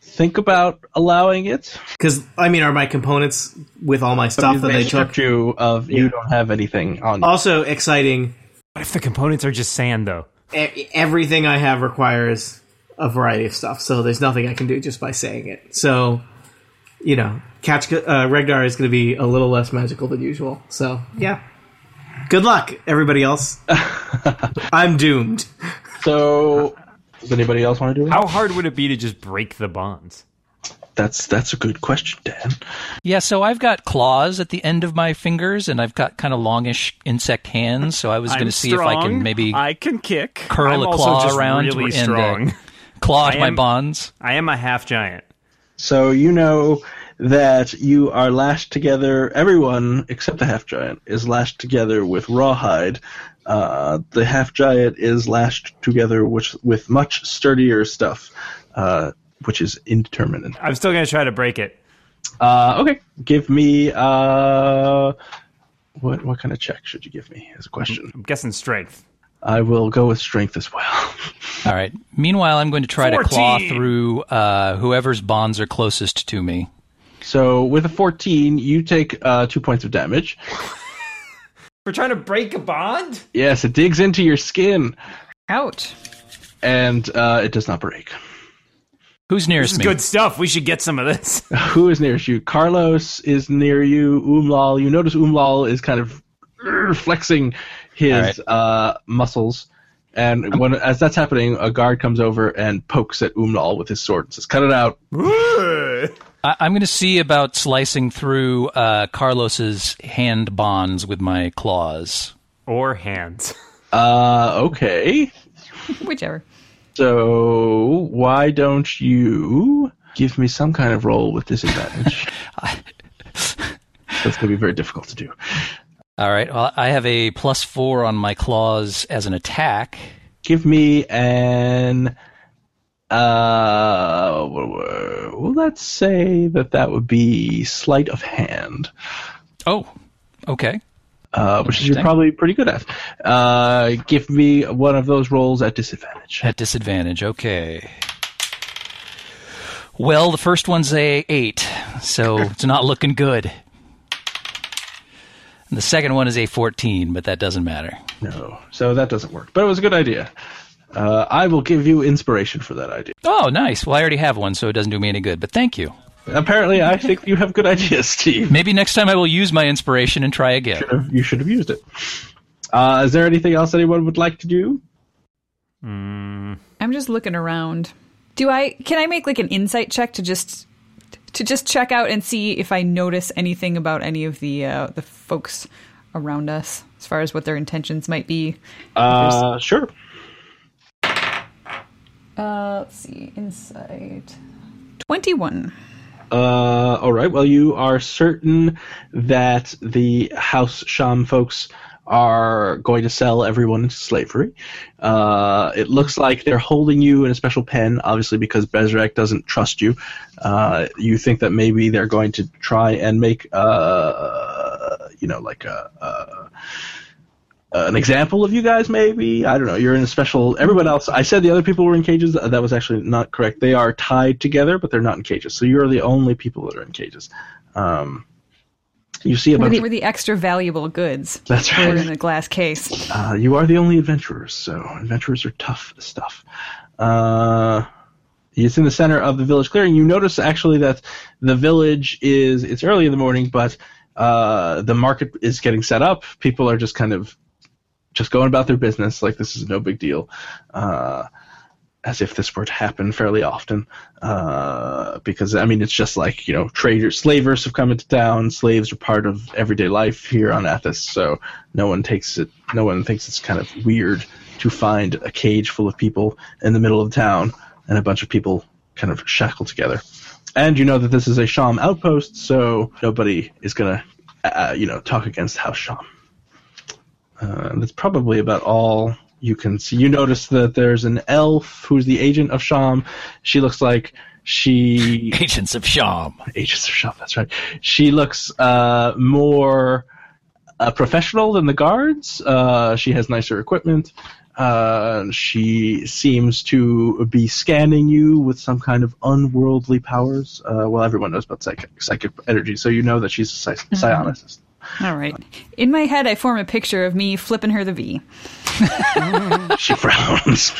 think about allowing it.
Because I mean, are my components with all my stuff that they took Uh,
stripped you of you don't have anything on. you.
also exciting?
What if the components are just sand, though?
E- everything I have requires a variety of stuff, so there's nothing I can do just by saying it. So, you know, catch uh, Regdar is going to be a little less magical than usual. So, yeah. Good luck, everybody else. I'm doomed.
So, does anybody else want to do it?
How hard would it be to just break the bonds?
That's that's a good question, Dan.
Yeah, so I've got claws at the end of my fingers, and I've got kind of longish insect hands. So I was going to
I'm
see if I can
strong.
maybe
I can kick.
curl
I'm
a
also
claw
just
around
really
and uh,
strong.
claw at
I
my
am-
bonds.
I am a half giant.
So you know that you are lashed together. Everyone except the half giant is lashed together with rawhide. Uh, the half giant is lashed together with with much sturdier stuff, uh, which is indeterminate.
I'm still gonna try to break it.
Uh, okay, give me uh, what what kind of check should you give me? Is a question.
I'm guessing strength.
I will go with strength as well. [LAUGHS]
All right. Meanwhile, I'm going to try to claw
14.
through uh, whoever's bonds are closest to me.
So with a fourteen, you take uh, two points of
[LAUGHS]
damage.
We're trying to break a bond.
Yes, it digs into your skin
Ouch.
and uh, it does not break. [LAUGHS]
Who's
This
nearest
is
me?
good stuff. We should get some
[LAUGHS]
of this.
Who is nearest you? Carlos is near you. Umlal, you notice Umlal is kind of [CLEARS THROAT] er, flexing his uh, muscles, and when as that's happening, a guard comes over and pokes at Umlal with his sword and says, "Cut it out."
I- I'm going to see about slicing through uh, Carlos's hand bonds with my claws.
or hands.
Uh, okay.
Whichever.
So why don't you give me some kind of roll with disadvantage? That's going to be very difficult to do.
All right. Well, I have a plus four on my claws as an attack.
give me an uh well let's say that that would be sleight of hand
Oh, okay.
uh, which you're
Interesting.
probably pretty good at uh, give me one of those rolls at disadvantage
At disadvantage. Okay. Well, the first one's a eight,
[LAUGHS]
so it's not looking good. And the second one is a fourteen, but that doesn't matter.
no so that doesn't work but it was a good idea uh, i will give you inspiration for that idea
Oh, nice. Well, I already have one, so it doesn't do me any good. But thank you.
apparently i think you have good ideas steve
Maybe next time I will use my inspiration and try again.
you should have used it uh, is there anything else anyone would like to do
I'm just looking around. Do I can I make like an insight check to just to just check out and see if I notice anything about any of the uh, the folks around us as far as what their intentions might be?
uh, sure
Uh, let's see, insight twenty one.
Uh, all right. Well, you are certain that the House Sham folks are going to sell everyone into slavery. Uh, it looks like they're holding you in a special pen, obviously because Bezrek doesn't trust you. Uh, you think that maybe they're going to try and make, uh, you know, like a, uh, an example of you guys maybe i don't know you're in a special everyone else i said the other people were in cages Uh, that was actually not correct they are tied together but they're not in cages so you're the only people that are in cages um, you see a bunch
We're the extra valuable goods.
That's
We're
right.
in a glass case.
uh, you are the only adventurers so adventurers are tough stuff uh, it's in the center of the village clearing you notice actually that the village is it's early in the morning but uh, the market is getting set up people are just kind of just going about their business like this is no big deal, uh, as if this were to happen fairly often. Uh, because I mean, it's just like you know, traders, slavers have come into town. Slaves are part of everyday life here on Athos, so no one takes it. No one thinks it's kind of weird to find a cage full of people in the middle of town and a bunch of people kind of shackled together. And you know that this is a Sham outpost, so nobody is gonna, uh, you know, talk against House Sham. Uh, that's probably about all you can see. You notice that there's an elf who's the agent of Sham. She looks like she [LAUGHS]
Agents of Sham.
agents of Sham. That's right. She looks uh, more uh, professional than the guards. Uh, she has nicer equipment. Uh, she seems to be scanning you with some kind of unworldly powers. Uh, well, everyone knows about psychic, psychic energy, so you know that she's a psi- psionicist.
All right. In my head, I form a picture of me flipping her the V.
she frowns.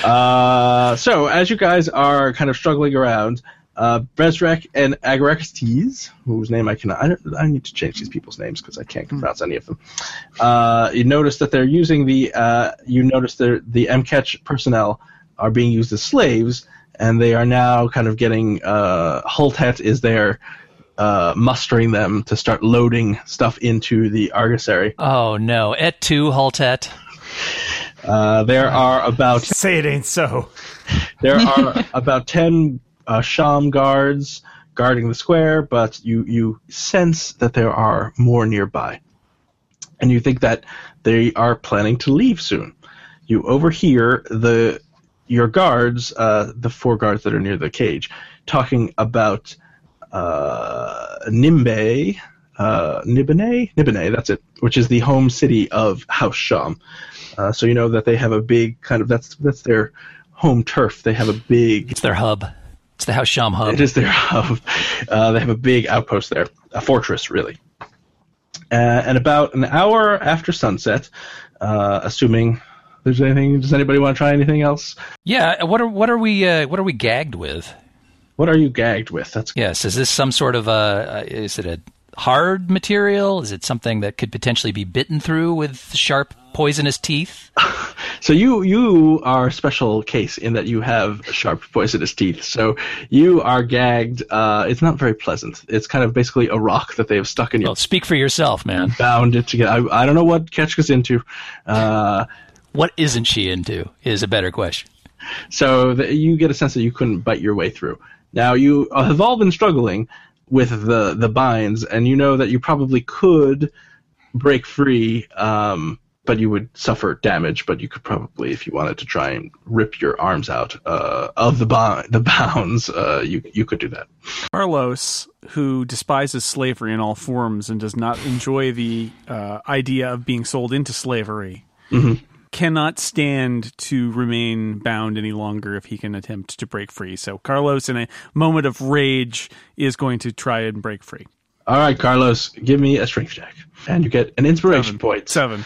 [LAUGHS] uh, so, as you guys are kind of struggling around, uh, Bezrek and Agaractes, whose name I cannot, I, don't, I need to change these people's names because I can't pronounce any of them. Uh, you notice that they're using the, uh, you notice they're, the MCatch personnel are being used as slaves, and they are now kind of getting, uh, Hultet is there uh, mustering them to start loading stuff into the Argosary.
Oh no, et tu, Haltet.
Uh, there are about
Say it ain't so.
There are about ten uh, Sham guards guarding the square, but you you sense that there are more nearby, and you think that they are planning to leave soon. You overhear the your guards, uh, the four guards that are near the cage, talking about uh, Nimbe, uh, Nibene, Nibene, that's it, which is the home city of House Sham. Uh, so you know that they have a big kind of that's that's their home turf. They have a big [LAUGHS]
It's their hub. It's the House Sham hub.
it is their hub. Uh, they have a big outpost there, a fortress, really. Uh, and about an hour after sunset, uh, assuming there's anything, does anybody want to try anything else?
Yeah. What are what are we uh, what are we gagged with?
What are you gagged with? That's
Yes. Is this some sort of a? uh, Is it a hard material? Is it something that could potentially be bitten through with sharp, poisonous teeth?
so you you are a special case in that you have sharp, poisonous teeth. So you are gagged. Uh, it's not very pleasant. It's kind of basically a rock that they have stuck in your
Well, speak for yourself, man.
bound it together. I, I don't know what Ketchka's into. Uh,
What isn't she into? Is a better question.
So that you get a sense that you couldn't bite your way through. Now you uh, have all been struggling with the the binds, and you know that you probably could break free, um, but you would suffer damage. But you could probably, if you wanted to try and rip your arms out uh, of the bind, the bounds, uh, you you could do that.
Carlos, who despises slavery in all forms and does not enjoy the uh, idea of being sold into slavery, cannot stand to remain bound any longer if he can attempt to break free. So, Carlos, in a moment of rage, is going to try and break free.
All right, Carlos, give me a strength check, and you get an inspiration point.
Seven.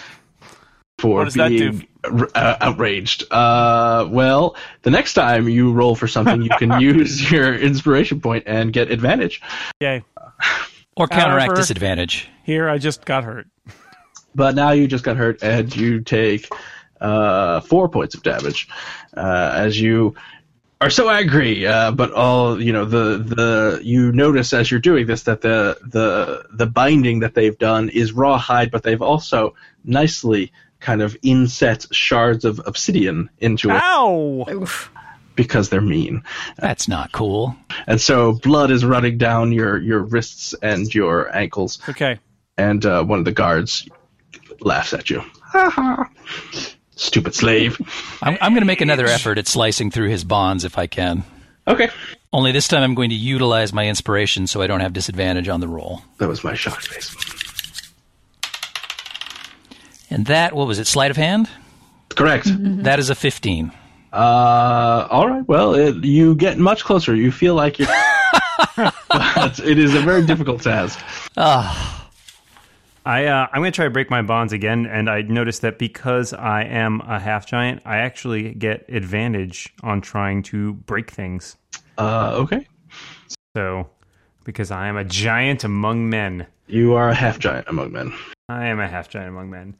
for
What does that
being uh, outraged. Uh, well, the next time you roll for something, you
[LAUGHS]
can use your inspiration point and get advantage.
Yay.
Or counteract
However-
disadvantage.
Here, I just got hurt.
But now you just got hurt, and you take uh, four points of damage uh, as you are so angry. Uh, but all you know, the the you notice as you're doing this that the the the binding that they've done is rawhide, but they've also nicely kind of inset shards of obsidian into it
Ow!
because they're mean.
That's not cool.
and so blood is running down your your wrists and your ankles
Okay.
and uh, one of the guards laughs at you Ha ha. stupid slave
I'm, I'm going to make another effort at slicing through his bonds if I can.
okay
Only this time I'm going to utilize my inspiration so I don't have disadvantage on the roll.
that was my shock face
And that, what was it, sleight of hand?
correct
That is a 15.
uh, all right well it, you get much closer you feel like you're but it is a very difficult task
I uh, I'm gonna try to break my bonds again, and I noticed that because I am a half giant, I actually get advantage on trying to break things.
uh, okay
So, because I am a giant among men,
you are a half giant among men
I am a half giant among men.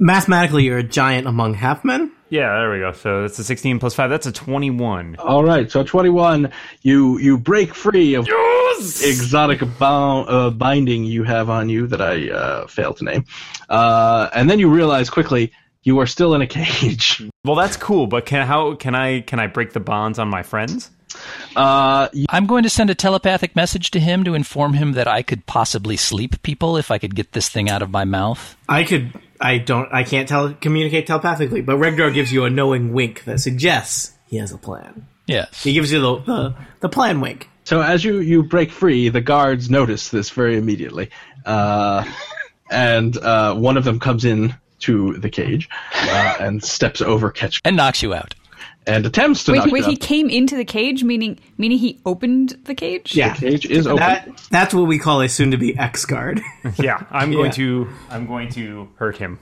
Mathematically, you're a giant among half men.
Yeah, there we go. So that's a 16 plus five. That's a 21.
All right, so 21, you you break free of exotic bo- uh, binding you have on you that I uh, failed to name, uh, and then you realize quickly you are still in a cage.
Well, that's cool. But can how can I can I break the bonds on my friends?
Uh, you-
I'm going to send a telepathic message to him to inform him that I could possibly sleep people if I could get this thing out of my mouth.
I could. I don't. I can't tell communicate telepathically, but Regdar gives you a knowing wink that suggests he has a plan.
Yes.
He gives you the the, the plan wink.
so as you you break free, the guards notice this very immediately, uh, and uh, one of them comes in to the cage uh, and steps over Ketch
And knocks you out.
and attempts to
Wait,
knock
he- wait,
it out.
he came into the cage, meaning meaning he opened the cage.
Yeah.
The cage is open.
That that's what we call a soon-to-be X guard. [LAUGHS]
Yeah, [LAUGHS] I'm going
Yeah.
to I'm going to hurt him.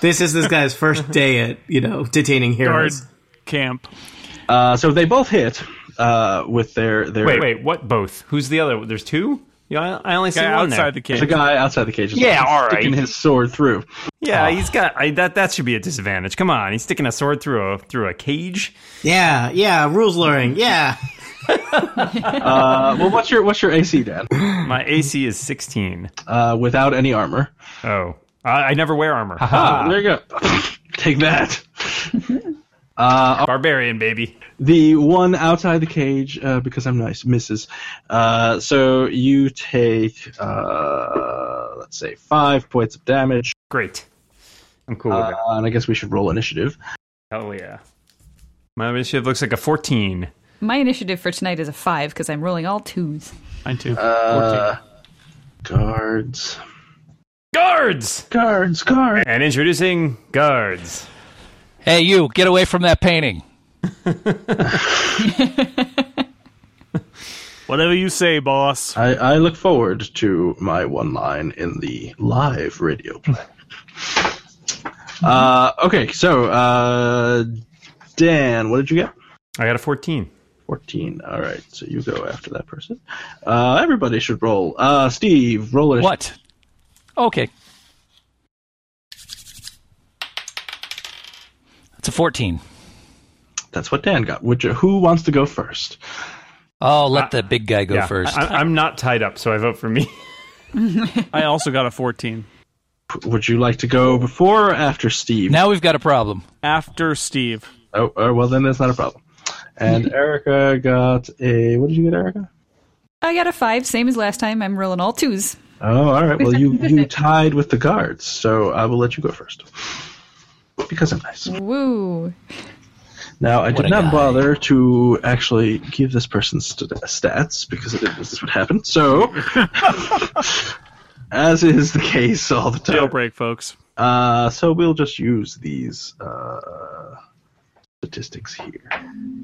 this is this guy's first day at you know detaining
Guard
heroes.
camp.
Uh, so they both hit uh, with their their
Wait, wait, what? Both? Who's the other? There's two. Yeah, I I only see
Guy
one there.
outside the cage.
the guy outside the cage. Is
Yeah, all
sticking
right.
his sword through.
Yeah, he's got I, that. That should be a disadvantage. Come on, he's sticking a sword through a through a cage.
Yeah, yeah, rules luring. Yeah,
Uh, well, what's your what's your AC, Dan?
[CLEARS THROAT] My AC is 16.
Uh, without any armor.
Oh, I, I never wear armor.
Ah, there you go. [COUGHS] Take that.
[LAUGHS] Barbarian baby.
The one outside the cage, uh, because I'm nice, misses. Uh, so you take, uh, let's say, five points of damage,
Great. I'm cool
uh,
with that.
and I guess we should roll initiative.
Hell yeah. My initiative looks like a 14.
My initiative for tonight is a five because I'm rolling all twos.
Mine too.
Uh, guards,
Guards.
guards, guards.
And introducing guards.
Hey, you, get away from that painting.
Whatever you say, boss.
I, I look forward to my one line in the live radio play. uh, okay, so uh, Dan, what did you get?
I got a 14.
14. All right, so you go after that person. Uh, everybody should roll. Uh, Steve, roll it.
What? Okay. It's a 14.
That's what Dan got. Would you, who wants to go first?
Oh, let the big guy go
Uh, yeah.
first.
I, I'm not tied up, so I vote for me.
I also got a 14.
P- Would you like to go before or after Steve?
now we've got a problem.
After Steve.
Oh, oh, well, then that's not a problem.
[LAUGHS]
And Erica got a. What did you get, Erica?
I got a five, same as last time. I'm rolling all twos.
Oh, all right. Well, you you tied with the guards, so I will let you go first because I'm nice.
Mm. Woo!
Now, I
a
did not
guy.
bother to actually give this person st- stats because I didn't know this would happen.
[LAUGHS]
So, [LAUGHS] as is the case all the time,
Jailbreak, folks.
uh, so we'll just use these uh, statistics here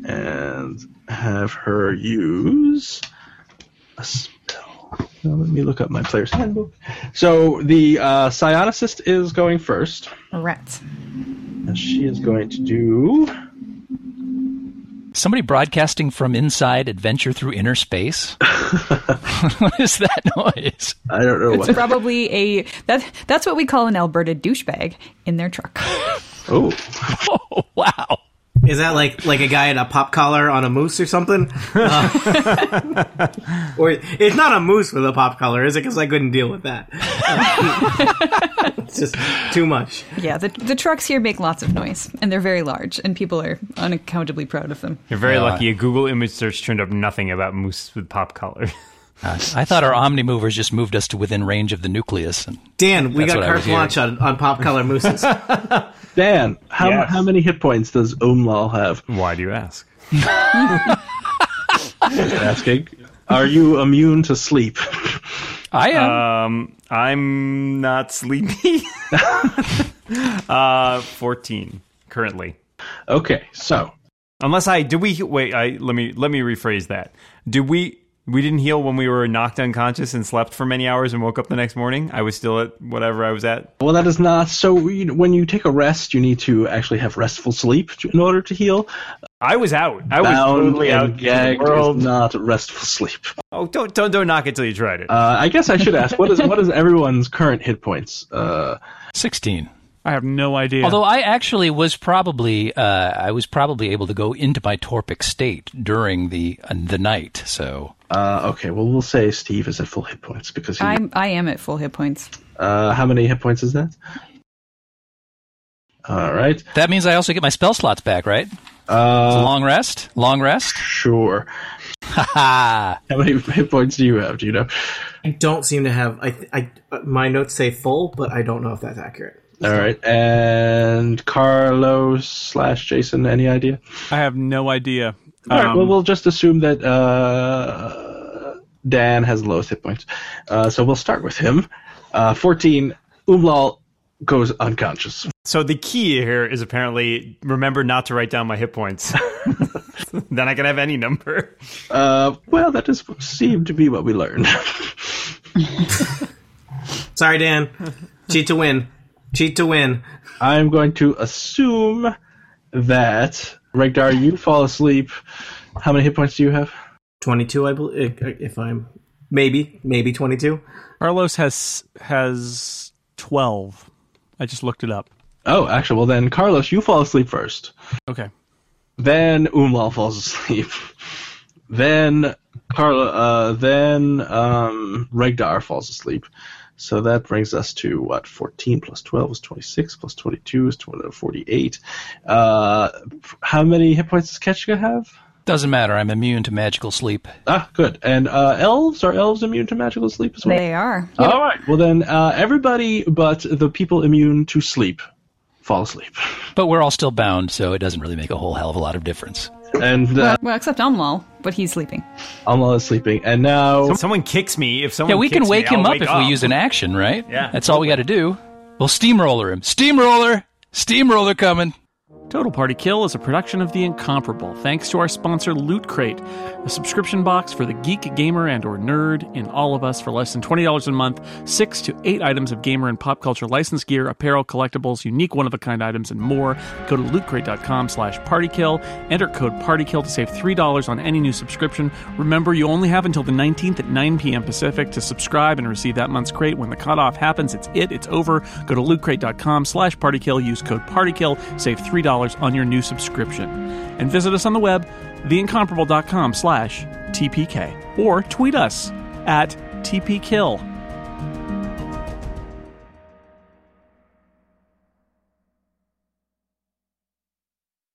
and have her use a spell. Now, let me look up my player's handbook. So the uh, psionicist is going first.
Rats.
And she is going to do.
Somebody broadcasting from inside Adventure Through Inner
[LAUGHS]
Space? [LAUGHS] what is that noise? [LAUGHS]
I don't know
It's
what.
probably a that that's what we call an Alberta douchebag in their truck.
Oh,
Oh, wow.
is that like like a guy in a pop collar on a moose or something? Uh, [LAUGHS] or it's not a moose with a pop collar, is it? Because I couldn't deal with that. it's just too much.
yeah, the the trucks here make lots of noise, and they're very large, and people are unaccountably proud of them.
You're very
Yeah.
lucky. A Google image search turned up nothing about moose with pop collar.
I thought our Omnimovers just moved us to within range of the nucleus. And
Dan, we
That's
got
what I was
carte blanche on, on pop collar mooses.
Dan, how,
Yes.
how many hit points does Umlal have?
Why [LAUGHS] do you ask?
Asking. Are you immune to sleep? [LAUGHS]
I am.
Um, I'm not sleepy. [LAUGHS] uh, 14 currently.
Okay, so
Unless I did we wait? I let me let me rephrase that. Did we we didn't heal when we were knocked unconscious and slept for many hours and woke up the next morning? I was still at whatever I was at.
well, that is not so. You, when you take a rest, you need to actually have restful sleep to, in order to heal.
I was out. I was
Bound
totally
and
out. in the
gagged
world.
is not restful sleep.
Oh, don't don't don't knock it till you tried it.
Uh, I guess I should ask what is what is everyone's current hit points? Uh,
16.
I have no idea.
Although I actually was probably uh, I was probably able to go into my torpic state during the uh, the night. So
uh, okay, well we'll say Steve is at full hit points because he,
I'm I am at full hit points.
uh, how many hit points is that? All right,
that means I also get my spell slots back, right? It's a
uh,
long rest. Long rest. [LAUGHS]
sure.
Ha
How many [LAUGHS] hit points do you have? Do you know?
I don't seem to have. I, I my notes say full, but I don't know if that's accurate.
All right, and Carlos slash Jason, any idea?
I have no idea.
All right,
Um,
well, we'll just assume that uh, Dan has the lowest hit points, uh, so we'll start with him. Uh, Fourteen, Umlal goes unconscious.
so the key here is apparently remember not to write down my hit points. [LAUGHS] then I can have any number.
Uh, well, that does seem to be what we learned. [LAUGHS]
Sorry, Dan. Cheat to win. Cheat to win.
I'm going to assume that Regdar, you fall asleep. How many hit points do you have?
22, I believe. If I'm. Maybe. Maybe 22.
Carlos has has twelve. I just looked it up.
Oh, actually, well then, Carlos, you fall asleep first.
Okay.
Then Umlal falls asleep. [LAUGHS] Then Carla. Uh, then um, Regdar falls asleep. So that brings us to what? 14 plus 12 is 26, plus 22 is 20 48. Uh, how many hit points does Ketchka have?
Doesn't matter. I'm immune to magical sleep.
Ah, good. And uh, elves are elves immune to magical sleep as well.
They are.
All right. Well then, uh, everybody but the people immune to sleep fall asleep, [LAUGHS]
But we're all still bound, so it doesn't really make a whole hell of a lot of difference.
and uh,
Well, except Umlal, but he's sleeping.
Amla is sleeping. And now,
Someone kicks me if someone.
Yeah, we can
kicks me,
wake him
I'll
up
wake
if we use an action, right?
Yeah.
That's all we got to do. We'll steamroller him. Steamroller! Steamroller coming.
Total Party Kill is a production of The Incomparable, thanks to our sponsor Loot Crate, a subscription box for the geek, gamer, and or nerd in all of us for less than $20 a month, 6 to 8 items of gamer and pop culture licensed gear, apparel, collectibles, unique one-of-a-kind items, and more. Go to lootcrate.com slash partykill, enter code partykill to save $3 on any new subscription. Remember, you only have until the 19th at 9 p.m. Pacific to subscribe and receive that month's crate. When the cutoff happens, it's it, it's over. Go to lootcrate.com slash partykill, use code partykill, save $3 on your new subscription. And visit us on the web, theincomparable.com slash TPK, or tweet us at TPKill.